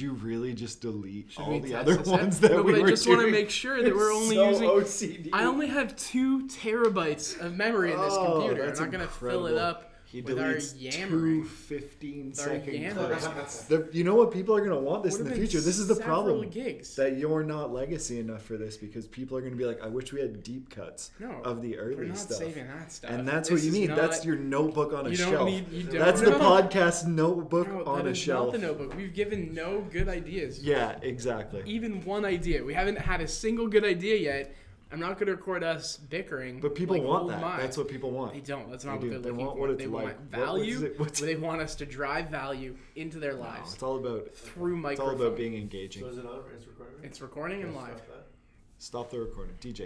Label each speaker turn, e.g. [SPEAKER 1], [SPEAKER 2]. [SPEAKER 1] you really just delete
[SPEAKER 2] Should
[SPEAKER 1] all
[SPEAKER 2] we
[SPEAKER 1] the
[SPEAKER 2] test
[SPEAKER 1] other
[SPEAKER 2] this out?
[SPEAKER 1] ones that
[SPEAKER 2] No,
[SPEAKER 1] we
[SPEAKER 2] but
[SPEAKER 1] were
[SPEAKER 2] I just
[SPEAKER 1] doing?
[SPEAKER 2] want to make sure that we're
[SPEAKER 1] You're
[SPEAKER 2] only
[SPEAKER 1] so
[SPEAKER 2] using.
[SPEAKER 1] OCD.
[SPEAKER 2] I only have two terabytes of memory in this
[SPEAKER 1] Oh,
[SPEAKER 2] computer.
[SPEAKER 1] that's
[SPEAKER 2] I'm not gonna fill it
[SPEAKER 1] incredible.
[SPEAKER 2] up
[SPEAKER 1] He
[SPEAKER 2] with our
[SPEAKER 1] deletes
[SPEAKER 2] yammering.
[SPEAKER 1] two 15
[SPEAKER 2] our
[SPEAKER 1] second
[SPEAKER 2] yammering.
[SPEAKER 1] clips. The- you know what? People are going to want this
[SPEAKER 2] Would've
[SPEAKER 1] in the
[SPEAKER 2] been
[SPEAKER 1] future. This is the
[SPEAKER 2] several
[SPEAKER 1] problem.
[SPEAKER 2] Gigs.
[SPEAKER 1] That you're not legacy enough for this because people are going to be like, I wish we had deep cuts
[SPEAKER 2] No,
[SPEAKER 1] of the
[SPEAKER 2] We're
[SPEAKER 1] early
[SPEAKER 2] not
[SPEAKER 1] stuff.
[SPEAKER 2] saving that stuff.
[SPEAKER 1] And that's what
[SPEAKER 2] This
[SPEAKER 1] you
[SPEAKER 2] is
[SPEAKER 1] need.
[SPEAKER 2] not-
[SPEAKER 1] that's your notebook on a
[SPEAKER 2] you don't
[SPEAKER 1] shelf.
[SPEAKER 2] need- you don't-
[SPEAKER 1] that's the
[SPEAKER 2] No.
[SPEAKER 1] podcast notebook
[SPEAKER 2] No,
[SPEAKER 1] on
[SPEAKER 2] that
[SPEAKER 1] a
[SPEAKER 2] is
[SPEAKER 1] shelf.
[SPEAKER 2] Not the notebook. We've given no good ideas.
[SPEAKER 1] Yeah, exactly.
[SPEAKER 2] Even one idea. We haven't had a single good idea yet. I'm not gonna record us bickering.
[SPEAKER 1] But people
[SPEAKER 2] like oh
[SPEAKER 1] want
[SPEAKER 2] old
[SPEAKER 1] that.
[SPEAKER 2] minds.
[SPEAKER 1] That's what people want.
[SPEAKER 2] They don't. That's not
[SPEAKER 1] They
[SPEAKER 2] what
[SPEAKER 1] do.
[SPEAKER 2] they're
[SPEAKER 1] They
[SPEAKER 2] looking
[SPEAKER 1] want
[SPEAKER 2] for.
[SPEAKER 1] what it's
[SPEAKER 2] they
[SPEAKER 1] like.
[SPEAKER 2] want
[SPEAKER 1] What- what
[SPEAKER 2] value.
[SPEAKER 1] is it- what's-
[SPEAKER 2] they want us to drive value into their lives
[SPEAKER 1] It's all about
[SPEAKER 2] through
[SPEAKER 1] it's all
[SPEAKER 2] microphone.
[SPEAKER 1] about being
[SPEAKER 3] So
[SPEAKER 1] engaging.
[SPEAKER 3] is it on? It's recording.
[SPEAKER 2] It's recording and live.
[SPEAKER 1] Stop the recording. DJ